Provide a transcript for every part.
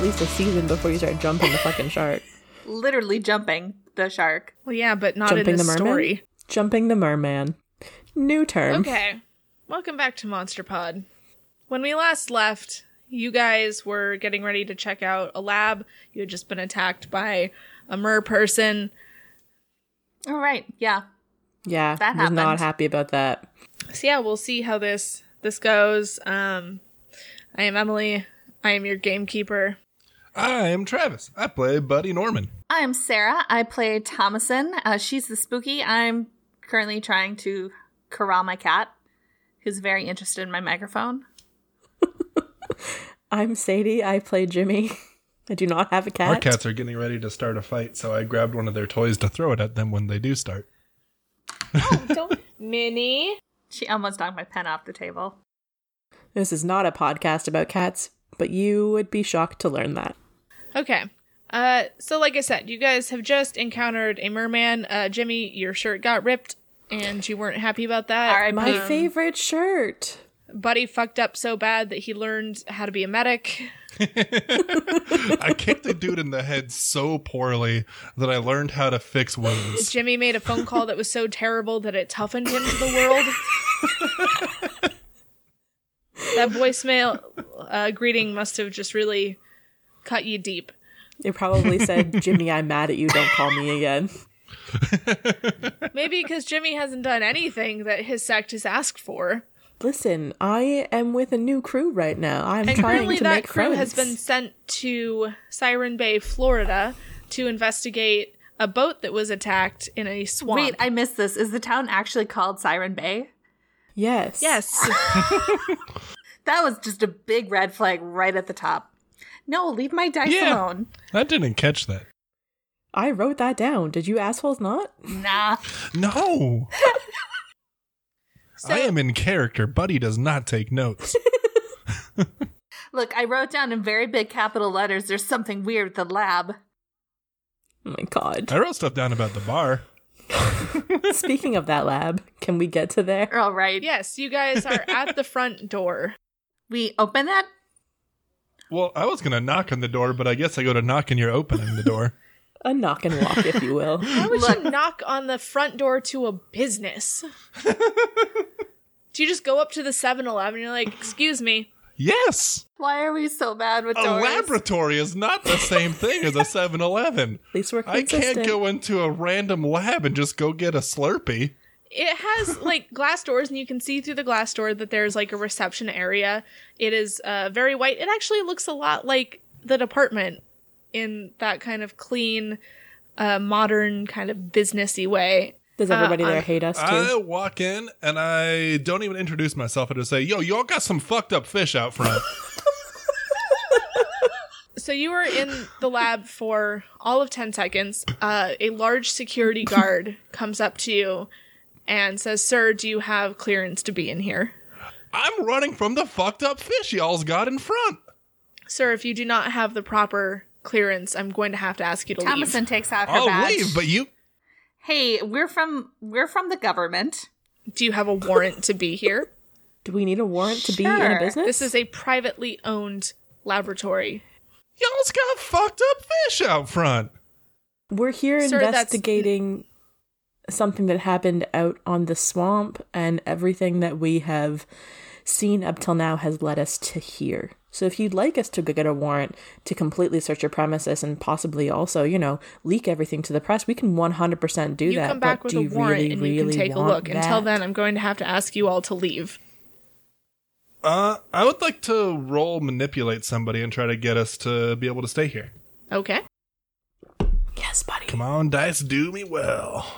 least a season before you start jumping the fucking shark. Literally jumping the shark. Well, yeah, but not jumping in the the merman. story. Jumping the merman. New term. Okay. Welcome back to Monster Pod. When we last left, you guys were getting ready to check out a lab. You had just been attacked by a mer person. All right. Yeah. Yeah, That was not happened. happy about that. So yeah, we'll see how this this goes. Um I am Emily. I am your gamekeeper. I am Travis. I play Buddy Norman. I'm Sarah. I play Thomason. Uh, she's the spooky. I'm currently trying to corral my cat, who's very interested in my microphone. I'm Sadie. I play Jimmy. I do not have a cat. Our cats are getting ready to start a fight, so I grabbed one of their toys to throw it at them when they do start. Don't Minnie. She almost knocked my pen off the table. This is not a podcast about cats, but you would be shocked to learn that. Okay. Uh, so like I said, you guys have just encountered a merman. Uh, Jimmy, your shirt got ripped, and you weren't happy about that. All right, My um, favorite shirt. Buddy fucked up so bad that he learned how to be a medic. I kicked the dude in the head so poorly that I learned how to fix wounds. Jimmy made a phone call that was so terrible that it toughened him to the world. that voicemail uh, greeting must have just really cut you deep. It probably said, Jimmy, I'm mad at you. Don't call me again. Maybe because Jimmy hasn't done anything that his sect has asked for. Listen, I am with a new crew right now. I'm And trying currently, to that make crew friends. has been sent to Siren Bay, Florida, to investigate a boat that was attacked in a swamp. Wait, I missed this. Is the town actually called Siren Bay? Yes. yes, That was just a big red flag right at the top. No, leave my dice Yeah. alone. I didn't catch that. I wrote that down. Did you assholes not? Nah. No. I am in character. Buddy does not take notes. Look, I wrote down in very big capital letters there's something weird with the lab. Oh my god. I wrote stuff down about the bar. Speaking of that lab, can we get to there? All right. yes, you guys are at the front door. We open that. Well, I was going to knock on the door, but I guess I go to knock and you're opening the door. A knock and walk, if you will. Why would Look. you knock on the front door to a business? Do you just go up to the 7 Eleven and you're like, excuse me? Yes. Why are we so bad with A doors? laboratory is not the same thing as a 7 Eleven. At least we're I consistent. can't go into a random lab and just go get a Slurpee. It has like glass doors, and you can see through the glass door that there's like a reception area. It is uh, very white. It actually looks a lot like the department in that kind of clean, uh, modern, kind of businessy way. Does everybody there I'm- hate us too? Uh, I walk in and I don't even introduce myself. I just say, "Yo, y'all got some fucked up fish out front." So you were in the lab for all of 10 seconds. Uh, a large security guard comes up to you and says, Sir, do you have clearance to be in here? I'm running from the fucked up fish y'all's got in front. Sir, if you do not have the proper clearance, I'm going to have to ask you to leave. Thomason takes out her I'll badge. leave, but you. hey, we're from we're from the government. Do you have a warrant to be here? Do we need a warrant to be in a Sure. business? This is a privately owned laboratory. Y'all's got fucked up fish out front. We're here Sir, that's- investigating something that happened out on the swamp, and everything that we have seen up till now has led us to here. So, if you'd like us to go get a warrant to completely search your premises and possibly also, you know, leak everything to the press, we can 100% do You that. come back but with do a you warrant really, and really you can take a want look. Until that? then, I'm going to have to ask you all to leave. Uh, I would like to roll manipulate somebody and try to get us to be able to stay here. Okay? Yes, buddy. Come on, dice, do me well.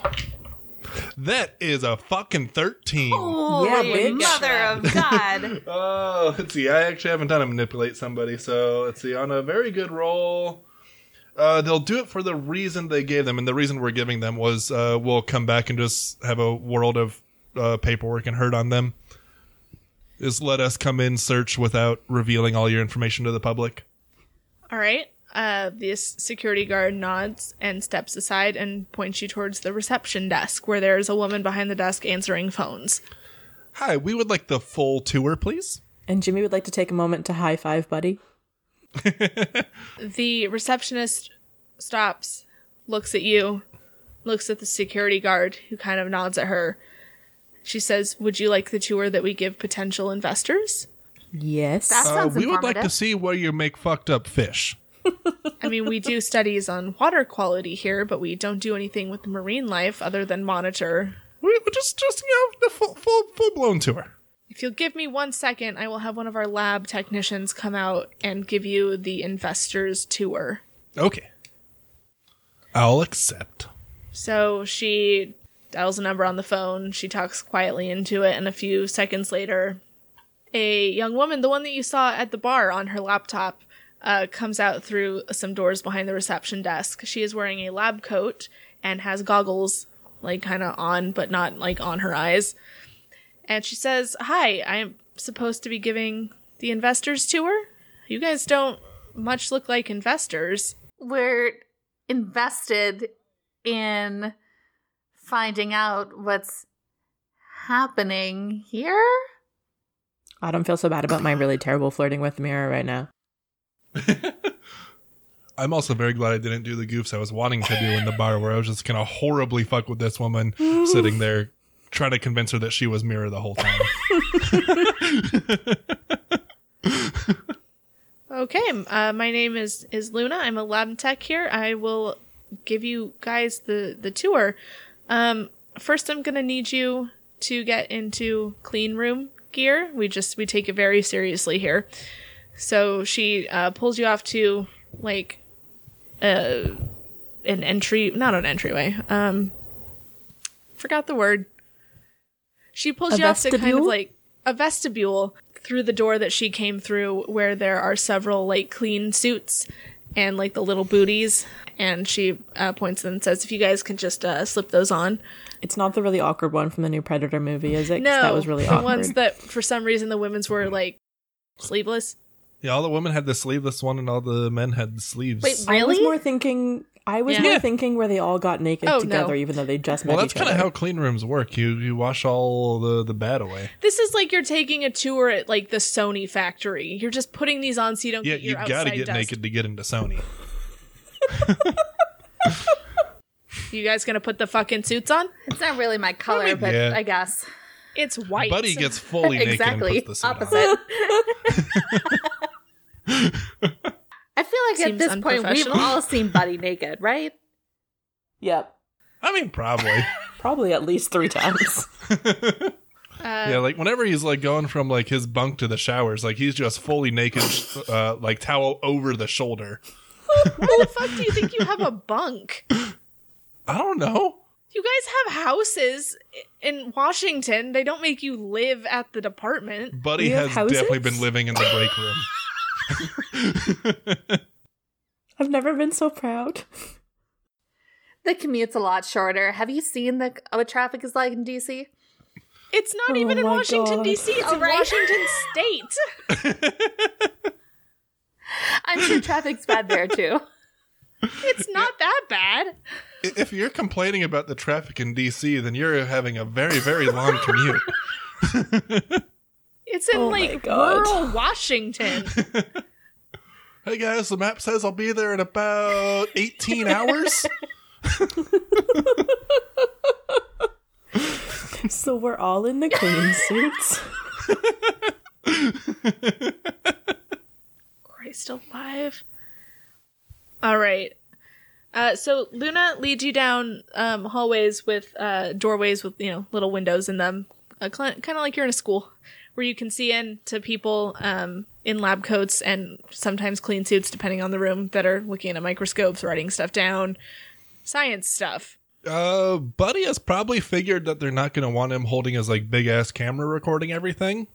That is a fucking thirteen. Holy bitch. mother of God. Oh, let's see. I actually haven't done a manipulate somebody, so let's see. On a very good roll, uh, they'll do it for the reason they gave them, and the reason we're giving them was uh, we'll come back and just have a world of uh, paperwork and hurt on them. Is let us come in search without revealing all your information to the public. All right. Uh, this security guard nods and steps aside and points you towards the reception desk where there is a woman behind the desk answering phones. Hi, we would like the full tour, please. And Jimmy would like to take a moment to high five Buddy. The receptionist stops, looks at you, looks at the security guard who kind of nods at her. She says, Would you like the tour that we give potential investors? Yes. That's- Uh, Sounds we would like to informative. see where you make fucked up fish. I mean, we do studies on water quality here, but we don't do anything with marine life other than monitor. We we just just you know the full full full blown tour. If you'll give me one second, I will have one of our lab technicians come out and give you the investors tour. Okay, I'll accept. So she dials a number on the phone. She talks quietly into it, and a few seconds later, a young woman, the one that you saw at the bar on her laptop, uh, comes out through some doors behind the reception desk. She is wearing a lab coat and has goggles, like kind of on, but not like on her eyes. And she says, "Hi, I'm supposed to be giving the investors tour. You guys don't much look like investors." We're invested in finding out what's happening here. I don't feel so bad about my really terrible flirting with the mirror right now. I'm also very glad I didn't do the goofs I was wanting to do in the bar, where I was just gonna horribly fuck with this woman sitting there, trying to convince her that she was Mira the whole time. Okay, m- uh, my name is is Luna. I'm a lab tech here. I will give you guys the the tour. Um, first, I'm gonna need you to get into clean room gear. We just we take it very seriously here. So she uh, pulls you off to like uh, an entry, not an entryway. Um, forgot the word. She pulls A you off to kind of vestibule? like a vestibule through the door that she came through, where there are several like clean suits and like the little booties. And she uh, points them and says, "If you guys can just uh, slip those on." It's not the really awkward one from the new Predator movie, is it? 'Cause No, that was really the awkward. ones that for some reason the women's were like sleeveless. yeah, all the women had the sleeveless one, and all the men had the sleeves. Wait, I was Really? more thinking. I was Yeah. more Yeah. thinking where they all got naked Oh, no. together, even though they just well, met that's each kind of other. how clean rooms work. You you wash all the the bad away. This is like you're taking a tour at like the Sony factory. You're just putting these on so you don't Yeah, get your you outside gotta get dust. naked to get into Sony. You guys gonna put the fucking suits on? It's not really my color, mean, but yeah. I guess. It's white. Buddy gets fully naked exactly. and puts the suit on. Opposite. I feel like Seems at this point we've unprofessional. all seen Buddy naked, right? Yep, I mean, probably. probably at least three times. yeah, like whenever he's like going from like his bunk to the showers, like he's just fully naked, sh- uh, like towel over the shoulder. Why the fuck do you think you have a bunk? I don't know. You guys have houses i- in Washington. They don't make you live at the department. Buddy We have has definitely houses? been living in the break room. I've never been so proud. The commute's a lot shorter. Have you seen the what traffic is like in DC? It's not Oh even in my Washington God. Oh, D.C. It's in Alright. Washington State. I'm sure traffic's bad there too. It's not that bad. I- If you're complaining about the traffic in DC, then you're having a very, very long commute. It's in Oh my like God. rural Washington. Hey guys, the map says I'll be there in about 18 hours. So we're all in the clean suits. Christ alive. All right. Uh, so Luna leads you down um, hallways with uh, doorways with you know little windows in them, uh, kind of like you're in a school, where you can see in to people um, in lab coats and sometimes clean suits, depending on the room, that are looking at microscopes, writing stuff down, science stuff. Uh, Buddy has probably figured that they're not going to want him holding his like big ass camera recording everything,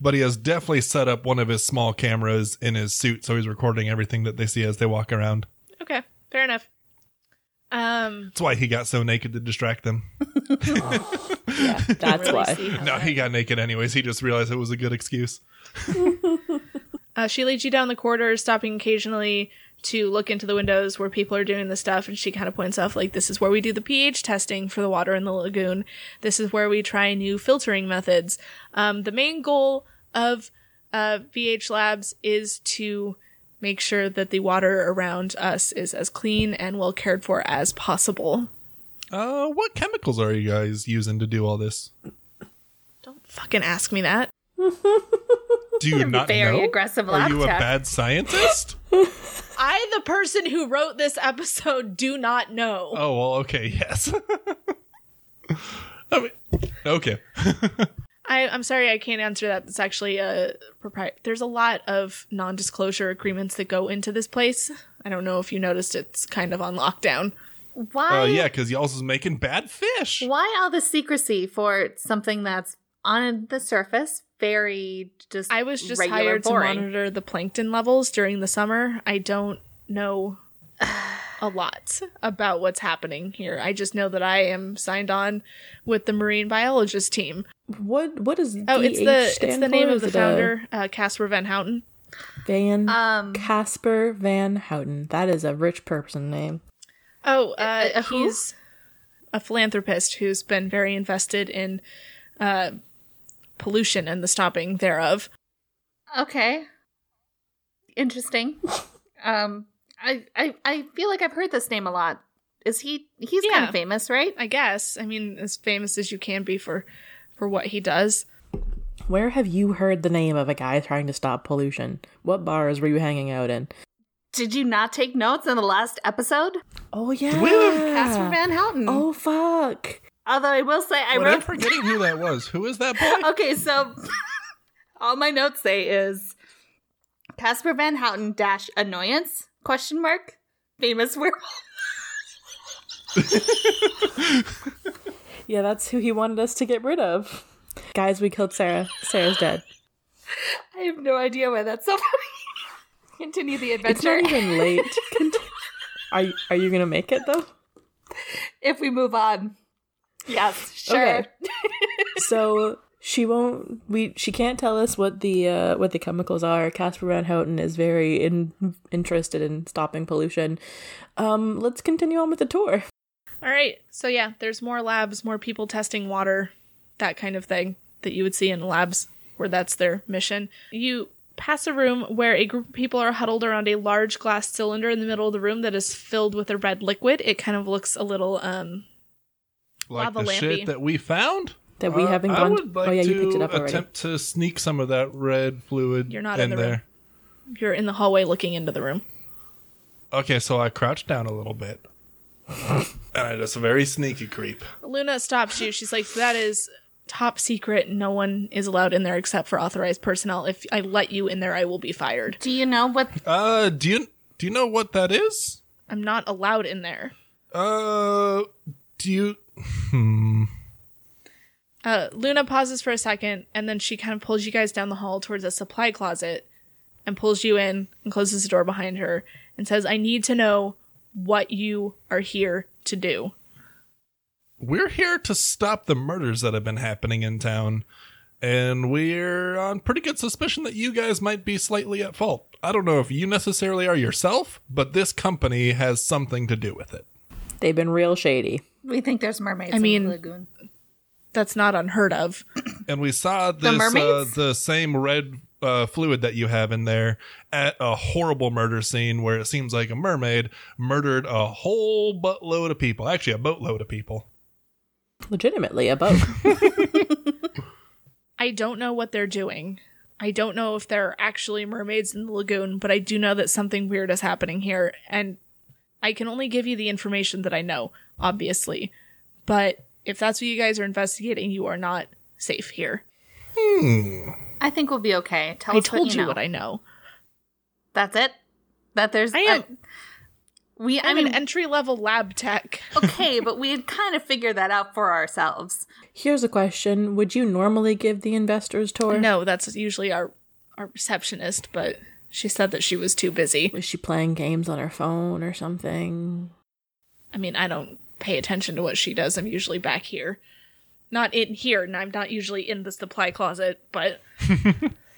but he has definitely set up one of his small cameras in his suit, so he's recording everything that they see as they walk around. Okay, fair enough. Um, That's why he got so naked to distract them. Yeah, that's really why. see how No, that- he got naked anyways. He just realized it was a good excuse. Uh, she leads you down the corridor, stopping occasionally to look into the windows where people are doing the stuff. And she kind of points off, like, this is where we do the pH testing for the water in the lagoon. This is where we try new filtering methods. Um, the main goal of uh, VH Labs is to make sure that the water around us is as clean and well cared for as possible. Uh, what chemicals are you guys using to do all this? Don't fucking ask me that. Do you not Very know? aggressive Are lab you a tech. bad scientist? I, the person who wrote this episode, do not know. oh well, okay, yes. I mean, okay. I, I'm sorry I can't answer that. It's actually a propri- There's a lot of non disclosure agreements that go into this place. I don't know if you noticed it's kind of on lockdown. Why? Oh yeah, because y'all's is making bad fish. Why all the secrecy for something that's on the surface, very just I was just regular, hired boring. to monitor the plankton levels during the summer. I don't know a lot about what's happening here. I just know that I am signed on with the marine biologist team. What what does Oh, it's the DH it's stand the name for? of the Is it a founder, uh, Casper Van Houten. Van Um, Casper Van Houten. That is a rich person name. Oh, uh, a who? he's a philanthropist who's been very invested in uh, pollution and the stopping thereof. Okay. Interesting. um I, I I feel like I've heard this name a lot. Is he he's kind Yeah. of famous, right? I guess. I mean, as famous as you can be for for what he does. Where have you heard the name of a guy trying to stop pollution? What bars were you hanging out in? Did you not take notes in the last episode? Oh yeah, Casper Van Houten. Oh fuck! Although I will say I But I'm wrote forgetting who that was. Who is that boy? Okay, so all my notes say is Casper Van Houten dash annoyance question mark famous werewolf. Yeah, that's who he wanted us to get rid of. Guys, we killed Sarah. Sarah's dead. I have no idea why that's so funny. Continue the It's not adventure. even late. Cont- are you, are you gonna make it though? if we move on. Yes, sure. Okay. So she won't. We she can't tell us what the uh, what the chemicals are. Casper Van Houten is very in, interested in stopping pollution. Um, let's continue on with the tour. All right. So yeah, there's more labs, more people testing water, that kind of thing that you would see in labs where that's their mission. You pass a room where a group of people are huddled around a large glass cylinder in the middle of the room that is filled with a red liquid. It kind of looks a little um like the Lava shit Lampy. that we found Uh, That we haven't I gone would to- like oh, yeah, to you picked it up already. attempt to sneak some of that red fluid. You're not in in the there. room. you're in the hallway looking into the room. Okay, so I crouched down a little bit, and I just very sneaky creep. Luna stops you. She's like, "That is top secret. No one is allowed in there except for authorized personnel. If I let you in there, I will be fired. Do you know what Uh, do you do you know what that is? I'm not allowed in there." Uh, do you? Uh, Luna pauses for a second, and then she kind of pulls you guys down the hall towards a supply closet, and pulls you in and closes the door behind her and says, "I need to know what you are here to do." We're here to stop the murders that have been happening in town, and we're on pretty good suspicion that you guys might be slightly at fault. I don't know if you necessarily are yourself, but this company has something to do with it. They've been real shady. we think there's mermaids I in mean- the lagoon. That's not unheard of. and we saw this uh, mermaids? the same red uh, fluid that you have in there at a horrible murder scene where it seems like a mermaid murdered a whole buttload of people actually a boatload of people Legitimately, a boat. I don't know what they're doing. I don't know if there are actually mermaids in the lagoon, but I do know that something weird is happening here, and I can only give you the information that I know, obviously. But if that's what you guys are investigating, you are not safe here. Hmm. I think we'll be okay. Tell I us told what you, you, know. what I know. That's it. That there's I am- uh, we I I'm mean an entry level lab tech. okay, but we had kind of figured that out for ourselves. Here's a question: Would you normally give the investors tour? No, that's usually our our receptionist, but she said that she was too busy. Was she playing games on her phone or something? I mean, I don't pay attention to what she does. I'm usually back here. Not in here, and I'm not usually in the supply closet, but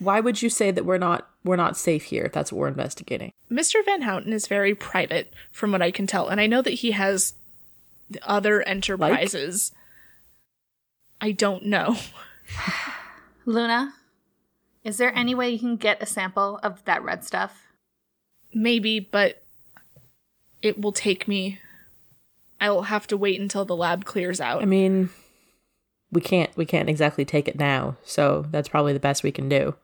Why would you say that we're not we're not safe here if that's what we're investigating? Mr. Van Houten is very private, from what I can tell, and I know that he has the other enterprises. I don't know. Luna, is there any way you can get a sample of that red stuff? Maybe, but it will take me. I will have to wait until the lab clears out. I mean, we can't we can't exactly take it now, so that's probably the best we can do.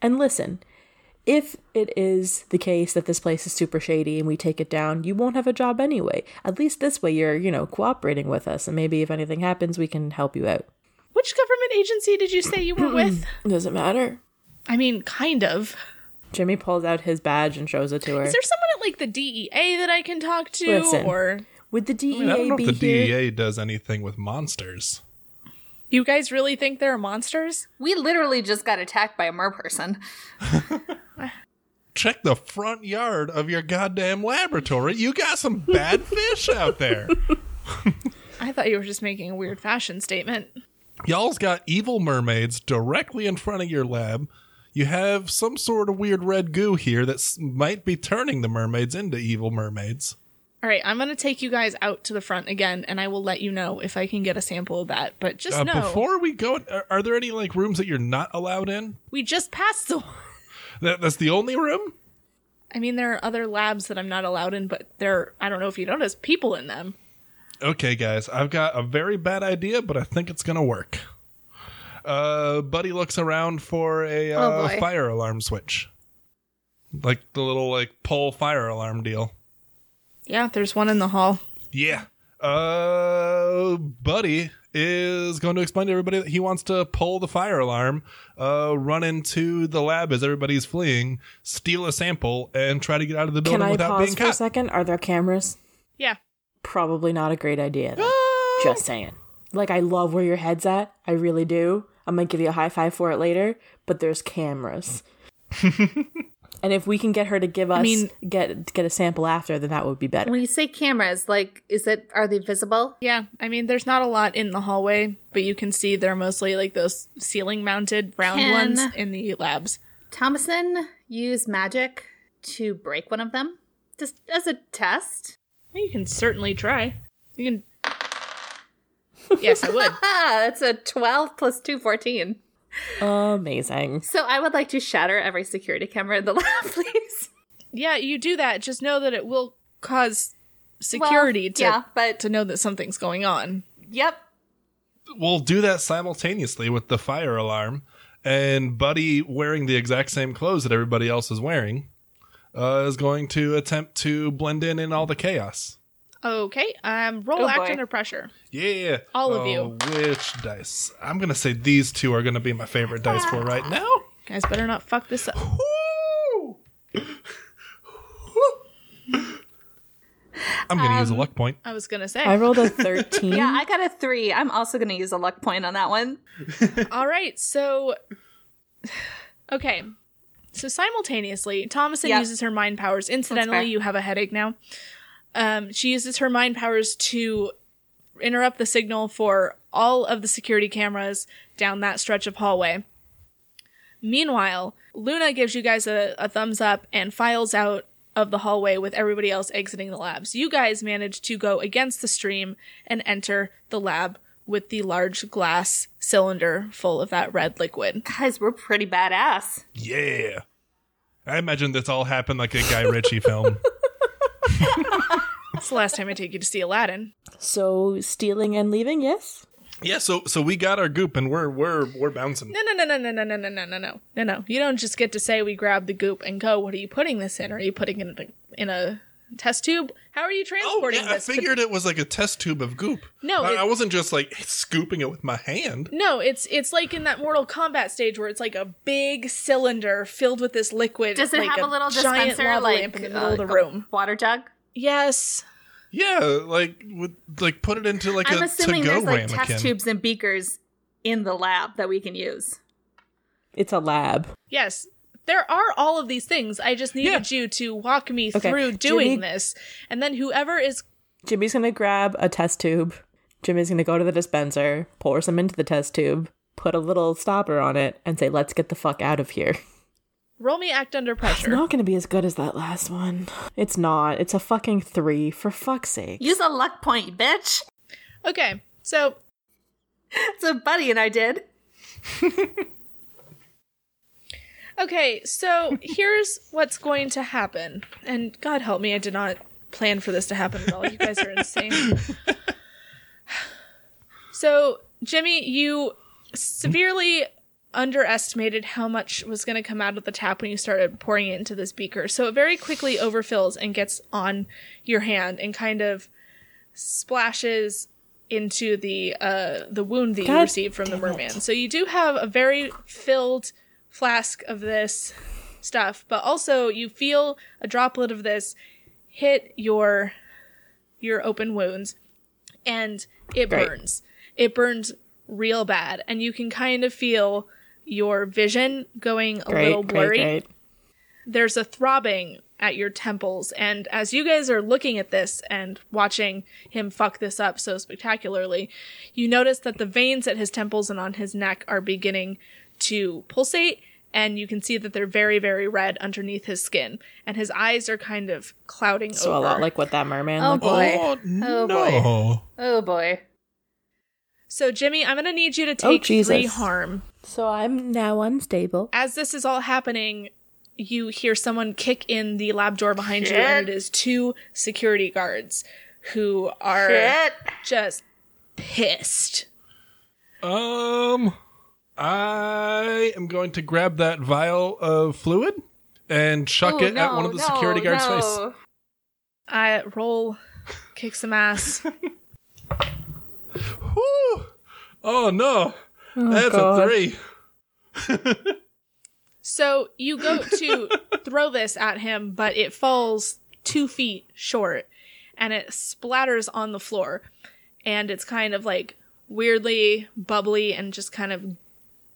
And listen, if it is the case that this place is super shady and we take it down, you won't have a job anyway. At least this way you're, you know, cooperating with us and maybe if anything happens, we can help you out. Which government agency did you say you were with? Doesn't matter. I mean, kind of. Jimmy pulls out his badge and shows it to her. Is there someone at like the DEA that I can talk to Listen. or Would the I mean, I don't DEA know if be the E here? DEA does anything with monsters. you guys really think there are monsters? We literally just got attacked by a mer person. Check the front yard of your goddamn laboratory. You got some bad fish out there. I thought you were just making a weird fashion statement. Y'all's got evil mermaids directly in front of your lab. You have some sort of weird red goo here that s- might be turning the mermaids into evil mermaids. All right, I'm going to take you guys out to the front again and I will let you know if I can get a sample of that. But just Uh, know Before we go, are, are there any like rooms that you're not allowed in? we just passed the That, that's the only room. I mean, there are other labs that I'm not allowed in, but there I don't know if you noticed people in them. Okay, guys, I've got a very bad idea, but I think it's gonna work. Uh, Buddy looks around for a Oh, uh, boy. fire alarm switch, like the little like pole fire alarm deal. Yeah, there's one in the hall. Yeah. Uh, Buddy is going to explain to everybody that he wants to pull the fire alarm, uh, run into the lab as everybody's fleeing, steal a sample, and try to get out of the building Can I without pause being for a caught. second? Are there cameras? Yeah. Probably not a great idea. though. Just saying. Like I love where your head's at. I really do. I might give you a high five for it later, but there's cameras. and if we can get her to give us mean- get get a sample after, then that would be better. When you say cameras, like, is it are they visible? Yeah, I mean, there's not a lot in the hallway, but you can see they're mostly like those ceiling mounted round Can- ones in the labs. Thomason used magic to break one of them, just as a test. Well, You can certainly try. You can. Yes, I would. Ah, that's a 12 plus 2, 14. Amazing. So I would like to shatter every security camera in the lab, please. Yeah, you do that. Just know that it will cause security Well, to Yeah, but. to know that something's going on. Yep. we'll do that simultaneously with the fire alarm and buddy wearing the exact same clothes that everybody else is wearing uh, is going to attempt to blend in in all the chaos Okay, um, roll Oh, act boy. under pressure. yeah Uh, All of you. which dice i'm gonna say these two are gonna be my favorite dice for right now guys, better not fuck this up. Woo! i'm gonna use a Um, luck point I was gonna say. I rolled a 13. Yeah, I got a 3. I'm also going to use a luck point on that one. All right, so okay. So simultaneously, Thomason Yep. uses her mind powers. fair. Incidentally, you have a headache now. Um, she uses her mind powers to interrupt the signal for all of the security cameras down that stretch of hallway. Meanwhile, Luna gives you guys a, a thumbs up and files out of the hallway with everybody else exiting the labs. You guys manage to go against the stream and enter the lab with the large glass cylinder full of that red liquid. Guys, we're pretty badass. yeah i imagine this all happened like a guy ritchie film It's the last time I take you to see Aladdin. So stealing and leaving, yes? yeah so so we got our goop and we're we're we're bouncing No, no, no, no, no, no, no, no, no, no, no, no. You don't just get to say we grab the goop and go. What are you putting this in? Are you putting it in a, in a test tube? How are you Oh, transporting yeah, I this? But figured it was like a test tube of goop. No, I, it- I wasn't just like scooping it with my hand. No, it's it's like in that Mortal Kombat stage where it's like a big cylinder filled with this liquid. Does it like have a little giant dispenser lava like lamp in the middle uh, of the a room? water jug? Yes. Yeah, like would like put it into like I'm a assuming to-go there's like ramekin. test tubes and beakers in the lab that we can use. It's a lab. Yes. There are all of these things. I just needed you to walk me Okay. through Do doing you need- this. And then whoever is Jimmy's going to grab a test tube. Jimmy's going to go to the dispenser, pour some into the test tube, put a little stopper on it, and say, let's get the fuck out of here. roll me act under It's pressure. not going to be as good as that last one. It's not. It's a fucking three, for fuck's sake. Use a luck point, bitch. Okay. So That's what Buddy and I did. Okay, so here's what's going to happen. And God help me, I did not plan for this to happen at all. You guys are insane. so, Jimmy, you severely underestimated how much was going to come out of the tap when you started pouring it into this beaker. So it very quickly overfills and gets on your hand and kind of splashes into the uh the wound that you God received from the merman. So you do have a very filled flask of this stuff, but also you feel a droplet of this hit your your open wounds and it Right. burns. It burns real bad and you can kind of feel your vision going a little Great, blurry. great, great. There's a throbbing at your temples and as you guys are looking at this and watching him fuck this up so spectacularly, you notice that the veins at his temples and on his neck are beginning to pulsate and you can see that they're very very red underneath his skin and his eyes are kind of clouding So over. a lot like what that merman Oh, looked boy. like. Oh, Oh, no. Oh boy. So Jimmy, I'm going to need you to Oh, take three Jesus. harm. So I'm now unstable. As this is all happening, you hear someone kick in the lab door behind you, and it is two security guards who are Shit. just pissed. Um, I am going to grab that vial of fluid and chuck Oh, it at no, one of the no, security guards' no. face. I roll, kick some ass. Whew. Oh no, that's a God. three. so you go to throw this at him, but it falls two feet short, and it splatters on the floor, and it's kind of like weirdly bubbly and just kind of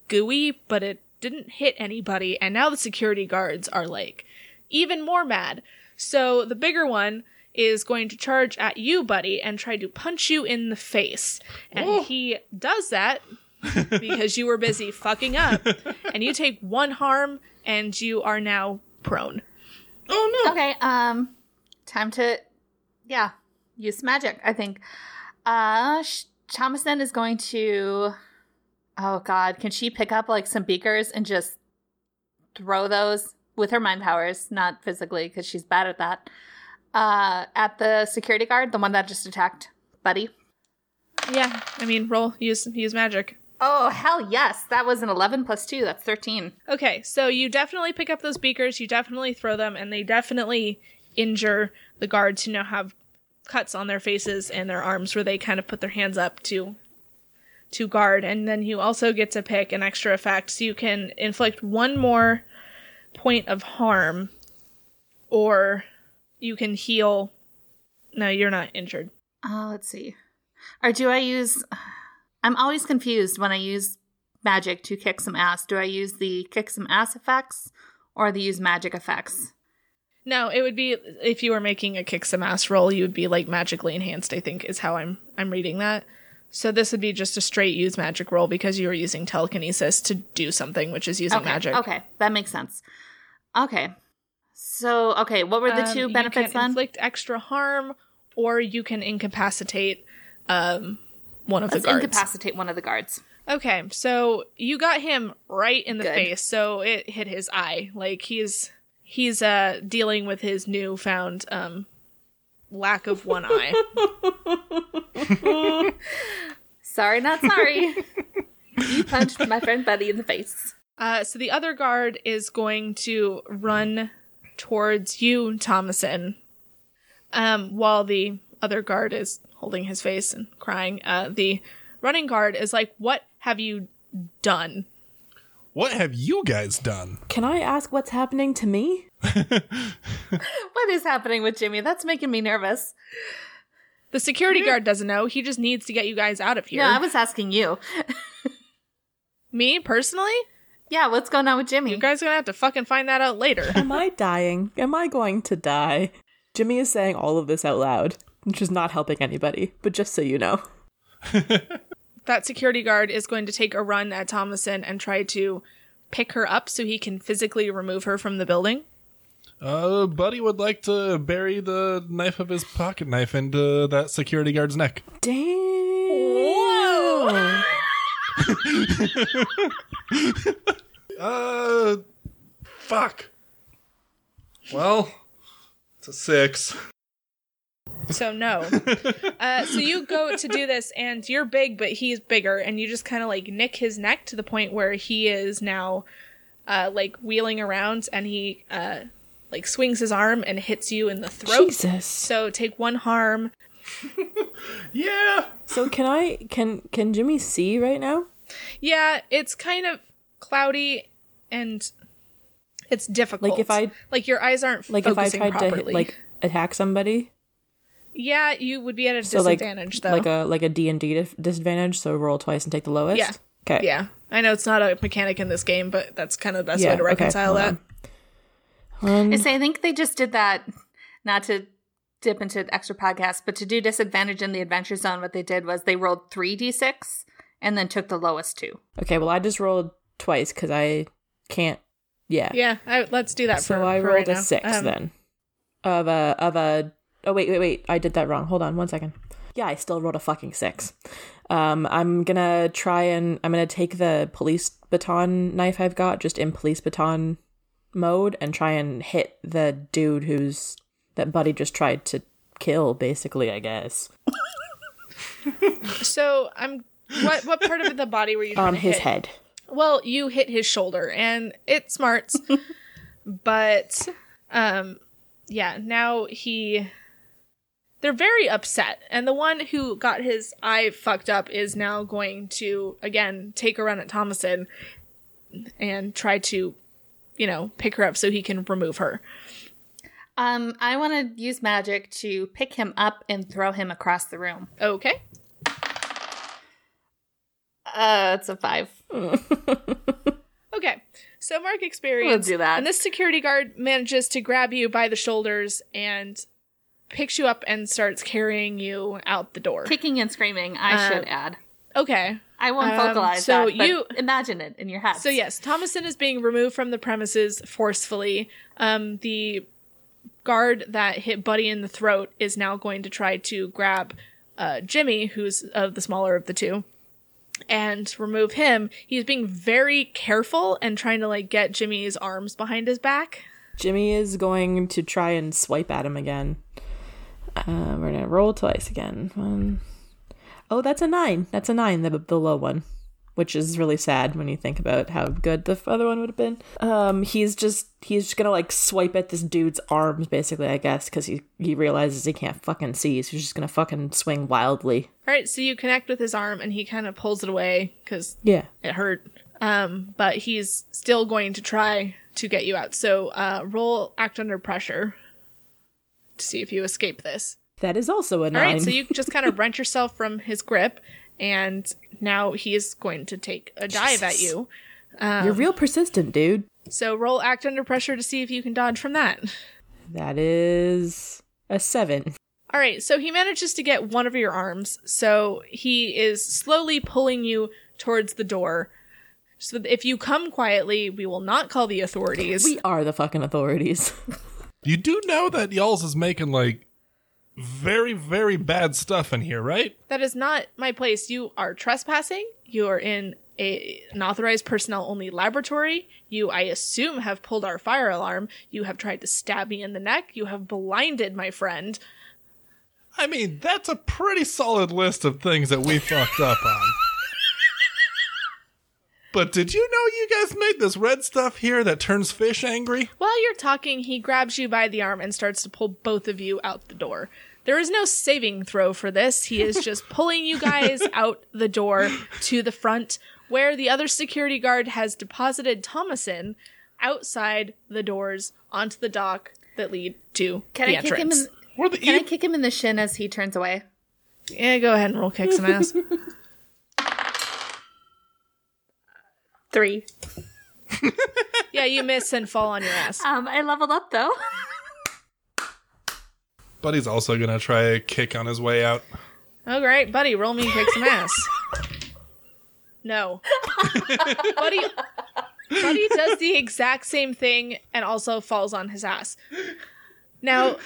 gooey, but it didn't hit anybody. And now the security guards are like even more mad. So the bigger one is going to charge at you, buddy, and try to punch you in the face. And he does that because you were busy fucking up. And you take one harm and you are now prone. Oh no. Okay, um time to yeah, use magic, I think. Uh Sh- Thomason is going to Oh god, can she pick up like some beakers and just throw those with her mind powers, not physically cuz she's bad at that. Uh at the security guard, the one that just attacked Buddy. Yeah, I mean, roll, use use magic. Oh, hell yes. That was an 11 plus 2. That's 13. Okay, so you definitely pick up those beakers, you definitely throw them, and they definitely injure the guards who now have cuts on their faces and their arms where they kind of put their hands up to to guard. And then you also get to pick an extra effect, so you can inflict one more point of harm, or you can heal. No, you're not injured. Oh, let's see. Or do I use. I'm always confused when I use magic to kick some ass. Do I use the kick some ass effects or the use magic effects? No, it would be if you were making a kick some ass roll, you would be like magically enhanced, I think is how I'm I'm reading that. So this would be just a straight use magic roll because you were using telekinesis to do something, which is using Okay. magic. Okay. That makes sense. Okay. So, okay. What were the Um, two benefits you can then? inflict extra harm or you can incapacitate um one of Let's the guards. incapacitate one of the guards. okay, so you got him right in the Good. face, so it hit his eye. Like he's he's uh dealing with his newfound um lack of one eye. Sorry, not sorry. you punched my friend Buddy in the face. Uh, so the other guard is going to run towards you, Thomason, um, while the other guard is holding his face and crying. Uh, the running guard is like, "What have you done?" What have you guys done? Can I ask what's happening to me? What is happening with Jimmy? That's making me nervous. The security guard doesn't know. He just needs to get you guys out of here. No, I was asking you. Me personally, Yeah, what's going on with Jimmy? you guys are gonna have to fucking find that out later. Am I dying? Am I going to die? Jimmy is saying all of this out loud, which is not helping anybody, but just so you know. that security guard is going to take a run at Thomason and try to pick her up so he can physically remove her from the building. Uh, Buddy would like to bury the knife of his pocket knife into that security guard's neck. Damn. Uh, Fuck. Well, it's a six. So no. uh, so you go to do this, and you're big, but he's bigger, and you just kind of like nick his neck to the point where he is now, uh, like wheeling around, and he uh, like swings his arm and hits you in the throat. Jesus. So take one harm. Yeah. So can I can can Jimmy see right now? Yeah, it's kind of cloudy, and it's difficult. Like if I like your eyes aren't like if I focusing tried to properly. hit, like attack somebody, yeah, you would be at a so like disadvantage though. like a like a D and D dif- disadvantage. So roll twice and take the lowest. Yeah. Okay. yeah, I know it's not a mechanic in this game, but that's kind of the best Yeah, way to okay, reconcile hold Um, that. on. One, I say, I think they just did that not to dip into extra podcasts, but to do disadvantage in the adventure zone. What they did was they rolled three d six and then took the lowest two. okay. Well, I just rolled twice because I can't. Yeah. Yeah, I, let's do that. So for, I for rolled right a now. six Um, then. Of a of a oh wait wait wait I did that wrong. Hold on one second. Yeah, I still rolled a fucking six. Um, I'm gonna try and I'm gonna take the police baton knife I've got just in police baton mode and try and hit the dude who's that Buddy just tried to kill. Basically, I guess So I'm. What what part of the body were you trying on to his hit? head. Well, you hit his shoulder, and it smarts, but um, yeah. Now he. They're very upset, and the one who got his eye fucked up is now going to again take a run at Thomason, and try to, you know, pick her up so he can remove her. Um, I want to use magic to pick him up and throw him across the room. Okay. Uh, it's a five. Okay. So mark experience. We'll do that. And this security guard manages to grab you by the shoulders and picks you up and starts carrying you out the door. Kicking and screaming, I should add. Okay. I won't um, vocalize so that, but you- imagine it in your head. So yes, Thomason is being removed from the premises forcefully. Um, the guard that hit Buddy in the throat is now going to try to grab uh, Jimmy, who's uh, the smaller of the two, and remove him. He's being very careful and trying to like get Jimmy's arms behind his back. Jimmy is going to try and swipe at him again. Uh, we're gonna roll twice again. One. Oh, that's a nine. That's a nine. The the low one, which is really sad when you think about how good the other one would have been. Um, he's just he's just gonna like swipe at this dude's arms, basically, I guess, because he he realizes he can't fucking see. So he's just gonna fucking swing wildly. All right, so you connect with his arm and he kind of pulls it away because Yeah. it hurt. Um, but he's still going to try to get you out. So uh, roll act under pressure to see if you escape this. That is also a All nine. right, so you just kind of wrench yourself from his grip, and now he is going to take a dive at Jesus. you. You're real persistent, dude. So roll act under pressure to see if you can dodge from that. That is a seven. All right, so he manages to get one of your arms. So he is slowly pulling you towards the door. So that if you come quietly, we will not call the authorities. We are the fucking authorities. You do know that y'all's is making like very, very bad stuff in here, right? That is not my place. You are trespassing. You are in a, an authorized personnel only laboratory. You, I assume, have pulled our fire alarm. You have tried to stab me in the neck. You have blinded my friend. I mean, that's a pretty solid list of things that we fucked up on. But did you know you guys made this red stuff here that turns fish angry? While you're talking, he grabs you by the arm and starts to pull both of you out the door. There is no saving throw for this. He is just pulling you guys out the door to the front, where the other security guard has deposited Thomason outside the doors onto the dock that lead to can the I kick entrance. him? In, We're the can I e- kick him in the shin as he turns away? Yeah, go ahead and roll kick some ass. Three. yeah, you miss and fall on your ass. Um, I leveled up though. Buddy's also gonna try a kick on his way out. All right, buddy, roll me and kick some ass. No. buddy Buddy does the exact same thing and also falls on his ass. Now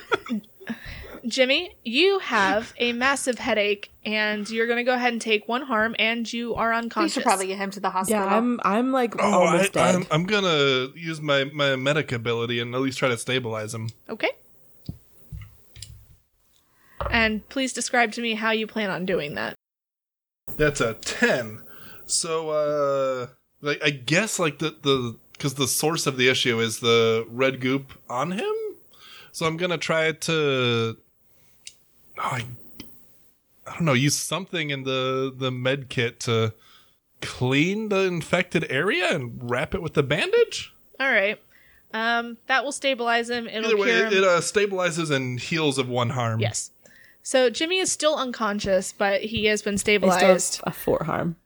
Jimmy, you have a massive headache, and you're going to go ahead and take one harm, and you are We unconscious. should probably get him to the hospital. Yeah, I'm I'm like Oh, I, almost dead. I'm, I'm gonna use my my medic ability and at least try to stabilize him. Okay. And please describe to me how you plan on doing that. That's a ten. So, uh, like I guess like the the because the source of the issue is the red goop on him. So I'm gonna try to. oh, I, I don't know. Use something in the the med kit to clean the infected area and wrap it with the bandage. All right. Um, that will stabilize him. It'll Either way, cure it, him. it uh, stabilizes and heals of one harm. yes. So Jimmy is still unconscious, but he has been I still have stabilized. a forearm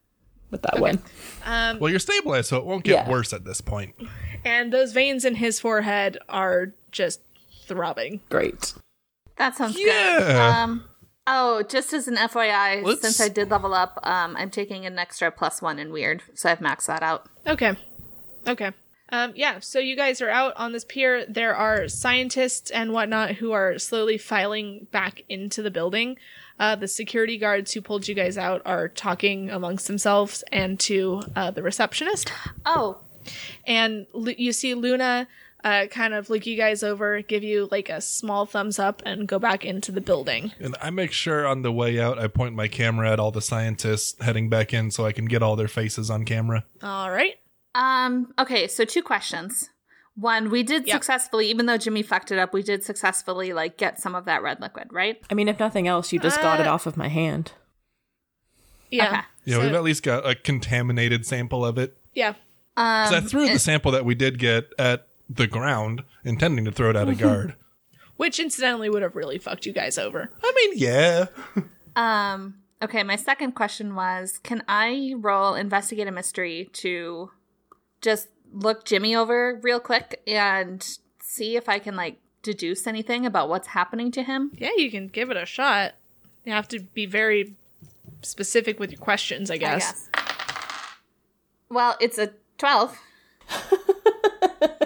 with that one. Um, Well, you're stabilized, so it won't get Yeah. worse at this point. and those veins in his forehead are just throbbing. Great. That sounds good. Yeah. Um, oh, just as an FYI, Let's- since I did level up, um, I'm taking an extra plus one in weird, so I've maxed that out. Okay. Okay. Um, yeah, so you guys are out on this pier. There are scientists and whatnot who are slowly filing back into the building. Uh, the security guards who pulled you guys out are talking amongst themselves and to uh, the receptionist. Oh, And Lu- you see Luna uh, kind of look you guys over, give you like a small thumbs up, and go back into the building. And I make sure on the way out, I point my camera at all the scientists heading back in so I can get all their faces on camera. All right. um, okay. So two questions. One, we did Yeah. successfully, even though Jimmy fucked it up, we did successfully like get some of that red liquid, right? I mean, if nothing else, you just got it off of my hand. Yeah. Okay. Yeah, So- we've at least got a contaminated sample of it. Yeah. Um, 'Cause I threw the sample that we did get at the ground, intending to throw it at a guard. Which incidentally would have really fucked you guys over. I mean, yeah. Um. Okay. My second question was, can I roll investigate a mystery to just look Jimmy over real quick and see if I can like deduce anything about what's happening to him? Yeah, you can give it a shot. You have to be very specific with your questions, I guess. I guess. Well, it's a twelve.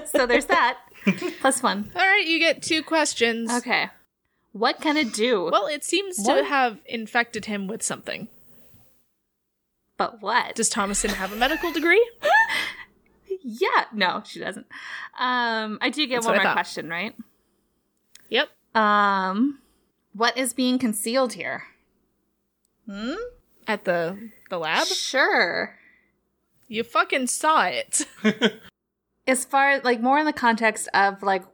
so there's that. Plus one. All right, you get two questions. Okay. What can it do? Well, it seems to What? have infected him with something. but what? Does Thomason have a medical degree? yeah. No, she doesn't. Um. I do get That's one what I more thought. question, right? Yep. Um. What is being concealed here? Hmm. At the the lab? Sure. You fucking saw it. As far like more in the context of like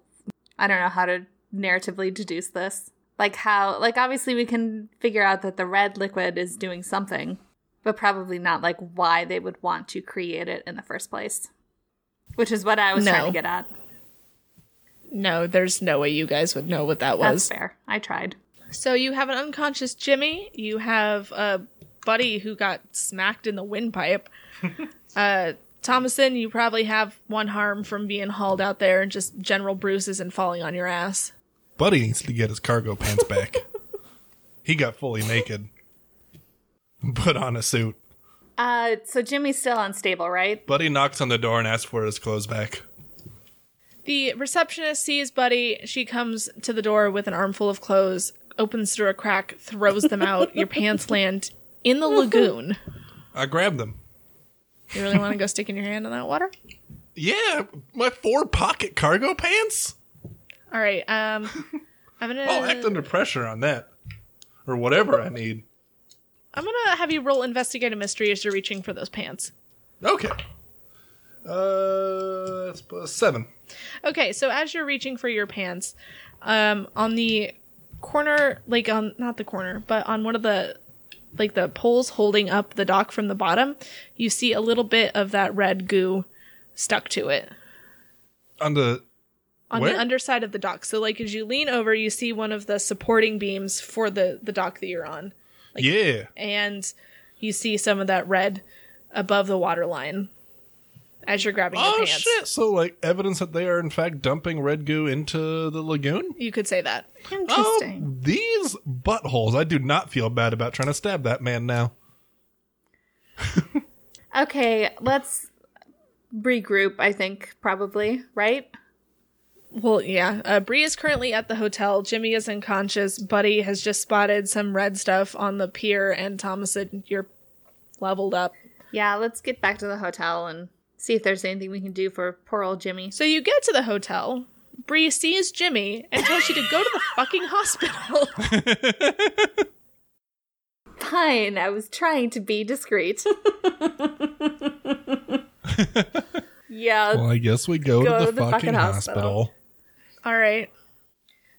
I don't know how to narratively deduce this. Like how like obviously we can figure out that the red liquid is doing something, but probably not like why they would want to create it in the first place. Which is what I was No. trying to get at. No, there's no way you guys would know what that That's was. fair. I tried. So you have an unconscious Jimmy. You have a buddy who got smacked in the windpipe. uh, Thomason, you probably have one harm from being hauled out there and just general bruises and falling on your ass. Buddy needs to get his cargo pants back. he got fully naked, put on a suit. Uh so Jimmy's still unstable, right? Buddy knocks on the door and asks for his clothes back. The receptionist sees Buddy. She comes to the door with an armful of clothes, opens through a crack, throws them out. Your pants land in the lagoon. I grabbed them. You really want to go sticking your hand in that water? Yeah, my four pocket cargo pants? All right. Um, I'm gonna. I'll act under pressure on that. Or whatever I need. I'm gonna have you roll investigate a mystery as you're reaching for those pants. Okay. Uh, that's plus seven. Okay, so as you're reaching for your pants, um, on the corner, like on not the corner, but on one of the like the poles holding up the dock from the bottom, you see a little bit of that red goo stuck to it On the on Where? the underside of the dock. So like as you lean over, you see one of the supporting beams for the the dock that you're on, yeah, and you see some of that red above the water line as you're grabbing oh your pants. shit! So like evidence that they are in fact dumping red goo into the lagoon. You could say that. Interesting. Oh, these buttholes! I do not feel bad about trying to stab that man now. Okay, let's regroup, I think, probably, right? Well, yeah. Uh, Bree is currently at the hotel. Jimmy is unconscious. Buddy has just spotted some red stuff on the pier, and Thomas said, You're leveled up. Yeah, let's get back to the hotel and see if there's anything we can do for poor old Jimmy. So you get to the hotel. Bree sees Jimmy and tells you to go to the fucking hospital. Fine, I was trying to be discreet. yeah, Well, I guess we go, to the, fucking, hospital. All right.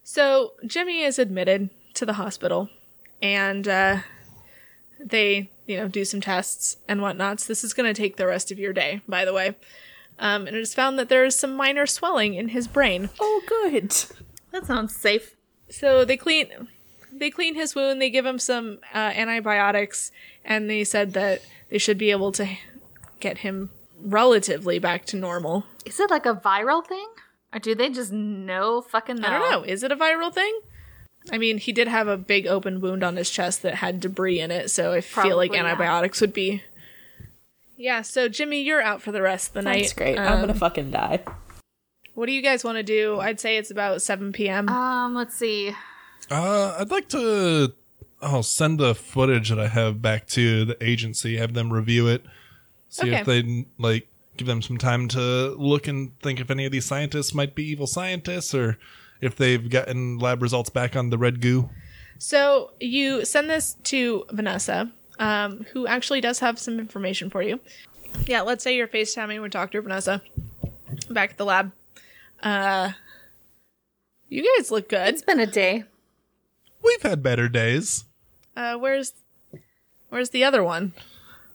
So Jimmy is admitted to the hospital, and uh, they, you know, do some tests and whatnots. This is going to take the rest of your day, by the way. Um, and it is found that there is some minor swelling in his brain. Oh, good. that sounds safe. So they clean, they clean his wound. They give him some uh, antibiotics, and they said that they should be able to get him relatively back to normal. Is it like a viral thing? Or do they just know fucking know? I don't know. Is it a viral thing? I mean, he did have a big open wound on his chest that had debris in it, so I feel like Probably not. antibiotics would be. Yeah, so Jimmy, you're out for the rest of the night. Um, That's great. Um, I'm gonna fucking die. What do you guys want to do? I'd say it's about 7 p.m. Um, let's see. Uh, I'd like to. I'll send the footage that I have back to the agency, have them review it, see if Okay. they like give them some time to look and think if any of these scientists might be evil scientists or if they've gotten lab results back on the red goo. so you send this to Vanessa, um, who actually does have some information for you. Yeah, let's say you're FaceTiming with Dr. Vanessa back at the lab. Uh, you guys look good. It's been a day. We've had better days. Uh, where's where's the other one?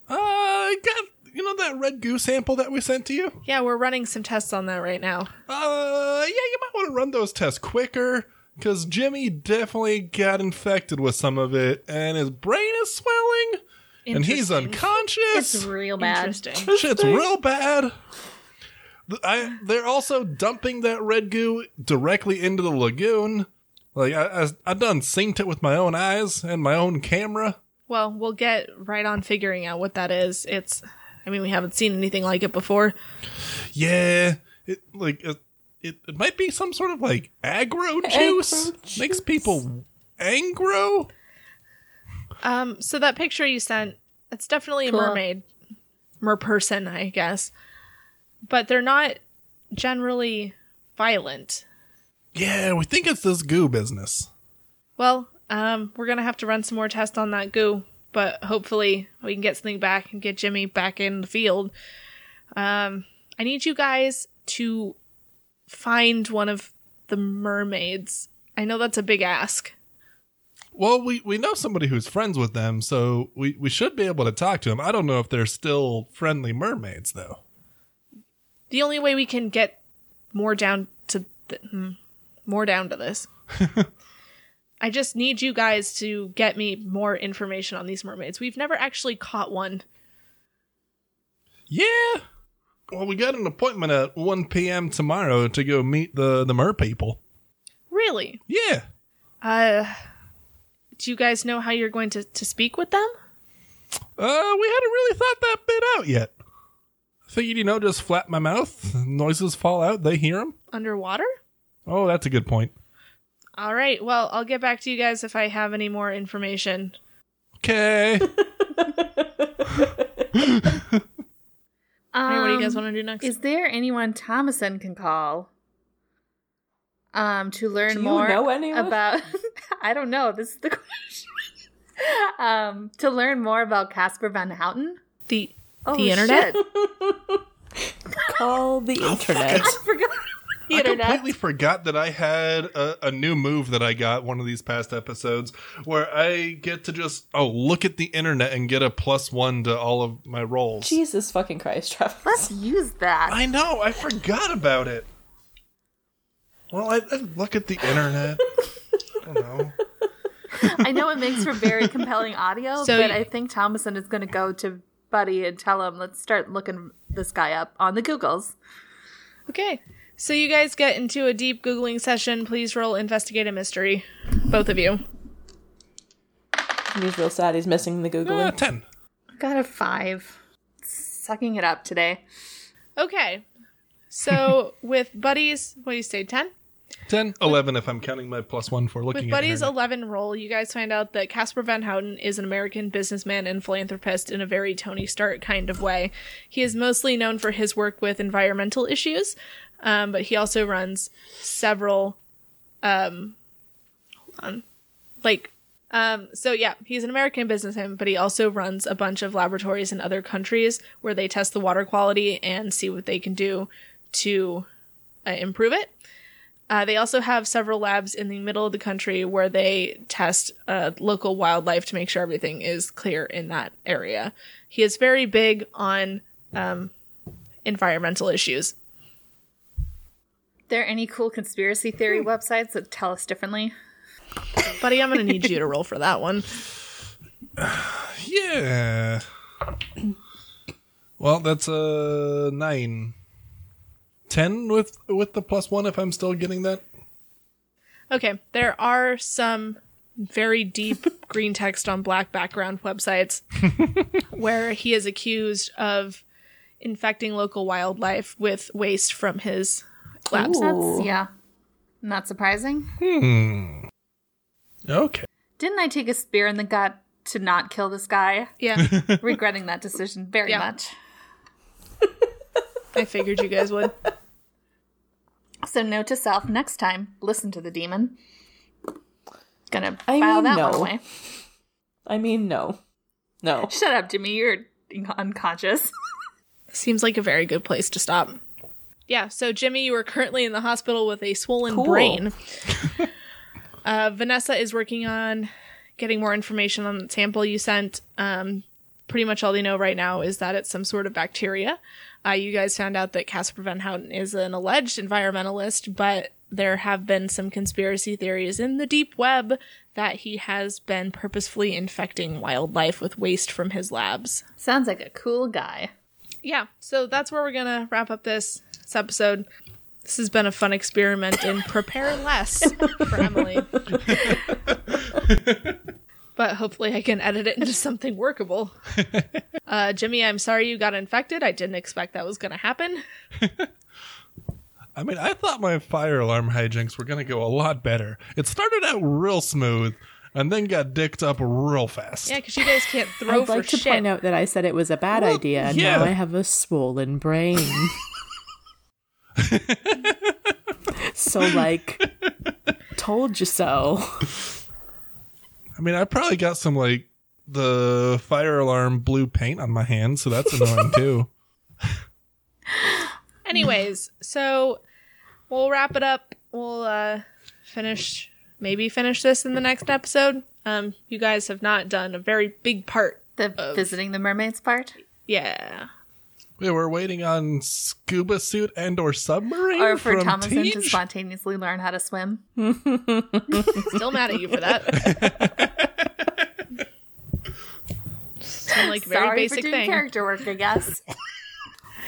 Uh, I got you know that red goo sample that we sent to you. Yeah, we're running some tests on that right now. Uh, yeah, you might want to run those tests quicker because Jimmy definitely got infected with some of it, and his brain is swelling, and he's unconscious. It's real bad. Interesting. This shit's real bad. Th- I, they're also dumping that red goo directly into the lagoon. Like I, I, I done synced it with my own eyes and my own camera. Well, we'll get right on figuring out what that is. It's, I mean, we haven't seen anything like it before. Yeah, it like it, it, it might be some sort of like aggro juice. Aggro Makes juice. people angro. Um, so that picture you sent, it's definitely Cool. a mermaid, mer person, I guess, but they're not generally violent. Yeah, we think it's this goo business. Well, um, we're gonna have to run some more tests on that goo, but hopefully we can get something back and get Jimmy back in the field. Um, I need you guys to find one of the mermaids. I know that's a big ask. Well, we, we know somebody who's friends with them, so we, we should be able to talk to them. I don't know if they're still friendly mermaids, though. The only way we can get more down to th- hmm, more down to this. I just need you guys to get me more information on these mermaids. We've never actually caught one. Yeah. Well, we got an appointment at 1 p.m. tomorrow to go meet the, the mer people. Really? Yeah. Uh, do you guys know how you're going to, to speak with them? Uh, we hadn't really thought that bit out yet. Figured, you know, just flap my mouth. Noises fall out. They hear them. Underwater? Oh, that's a good point. All right. Well, I'll get back to you guys if I have any more information. Okay. Um, All right, what do you guys want to do next? Um, Is there anyone Thomason can call um to learn Do you more know anyone? about I don't know, this is the question. um to learn more about Casper Van Houten? the Oh, the internet? Call the internet. Forgot the I internet. completely forgot that I had a, a new move that I got one of these past episodes where I get to just oh look at the internet and get a plus one to all of my rolls. Jesus fucking Christ, Travis. Let's use that. I know, I forgot about it. Well, I, I look at the internet. I don't know. I know it makes for very compelling audio, So but you- I think Thomason is going to go to Buddy and tell him, let's start looking this guy up on the Googles. Okay. So you guys get into a deep googling session. Please roll investigate a mystery, both of you. He's real sad. He's missing the Uh, googling. Ten. Got a five. Sucking it up today. Okay. So with buddies, what do you say, ten? 10, 11 if I'm counting my plus one for looking With at Buddy's internet. 11 roll, you guys find out that Casper Van Houten is an American businessman and philanthropist in a very Tony Stark kind of way. He is mostly known for his work with environmental issues, um, but he also runs several, um, hold on, like, um, so yeah, he's an American businessman, but he also runs a bunch of laboratories in other countries where they test the water quality and see what they can do to uh, improve it. Uh, they also have several labs in the middle of the country where they test uh, local wildlife to make sure everything is clear in that area. He is very big on um, environmental issues. there any cool conspiracy theory websites that tell us differently? Buddy, I'm going to need you to roll for that one. Yeah. Well, that's a nine. Ten with with the plus one if I'm still getting that. Okay, there are some very deep green text on black background websites where he is accused of infecting local wildlife with waste from his labs. That's yeah. Not surprising. Okay. Didn't I take a spear in the gut to not kill this guy? Yeah, Regretting that decision very Yeah. much. I figured you guys would. So note to self next time, listen to the demon. Gonna I file mean, that no. one away. I mean, no. No. Shut up, Jimmy. You're in- unconscious. Seems like a very good place to stop. Yeah, so Jimmy, you are currently in the hospital with a swollen Cool. brain. uh, Vanessa is working on getting more information on the sample you sent. Um, pretty much all they know right now is that it's some sort of bacteria. Uh, you guys found out that Casper Van Houten is an alleged environmentalist, but there have been some conspiracy theories in the deep web that he has been purposefully infecting wildlife with waste from his labs. Sounds like a cool guy. yeah, so that's where we're gonna wrap up this, this episode. This has been a fun experiment in prepare less for Emily. but hopefully I can edit it into something workable. Uh, Jimmy, I'm sorry you got infected. I didn't expect that was gonna happen. I mean, I thought my fire alarm hijinks were going to go a lot better. It started out real smooth and then got dicked up real fast. Yeah, because you guys can't throw I'd for like to shit. point out that I said it was a bad Well, idea, and yeah. now I have a swollen brain. so, like, told you so. I mean, I probably got some like the fire alarm blue paint on my hands, so that's annoying too. Anyways, so we'll wrap it up. We'll uh, finish, maybe finish this in the next episode. Um, you guys have not done a very big part. The visiting the mermaids part. Yeah. We were waiting on scuba suit and or submarine Or for from Thomason to Teach? spontaneously learn how to swim. Still mad at you for that. Some, like very Sorry for basic doing thing. character work, I guess.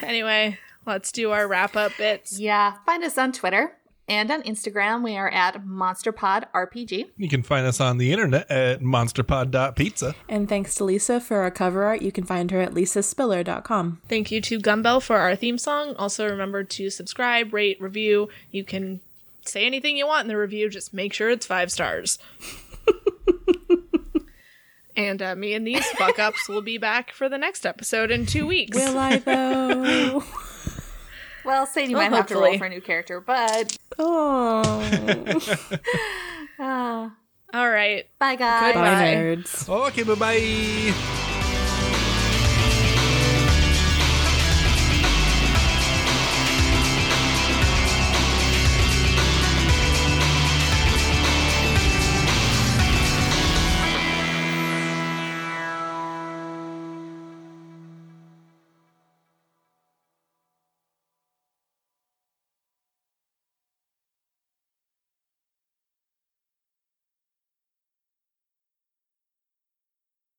Anyway, let's do our wrap up bits. yeah. Find us on Twitter and on Instagram. We are at MonsterPod RPG. You can find us on the internet at monsterpod.pizza. And thanks to Lisa for our cover art. You can find her at lisaspiller.com. Thank you to Gumbel for our theme song. Also, remember to subscribe, rate, review. You can say anything you want in the review, just make sure it's five stars. and uh, me and these fuck ups will be back for the next episode in two weeks. Will I, though? Well, Sadie might have to hopefully. roll for a new character, but oh. uh, All right. bye, guys. Bye, nerds. Okay, bye bye.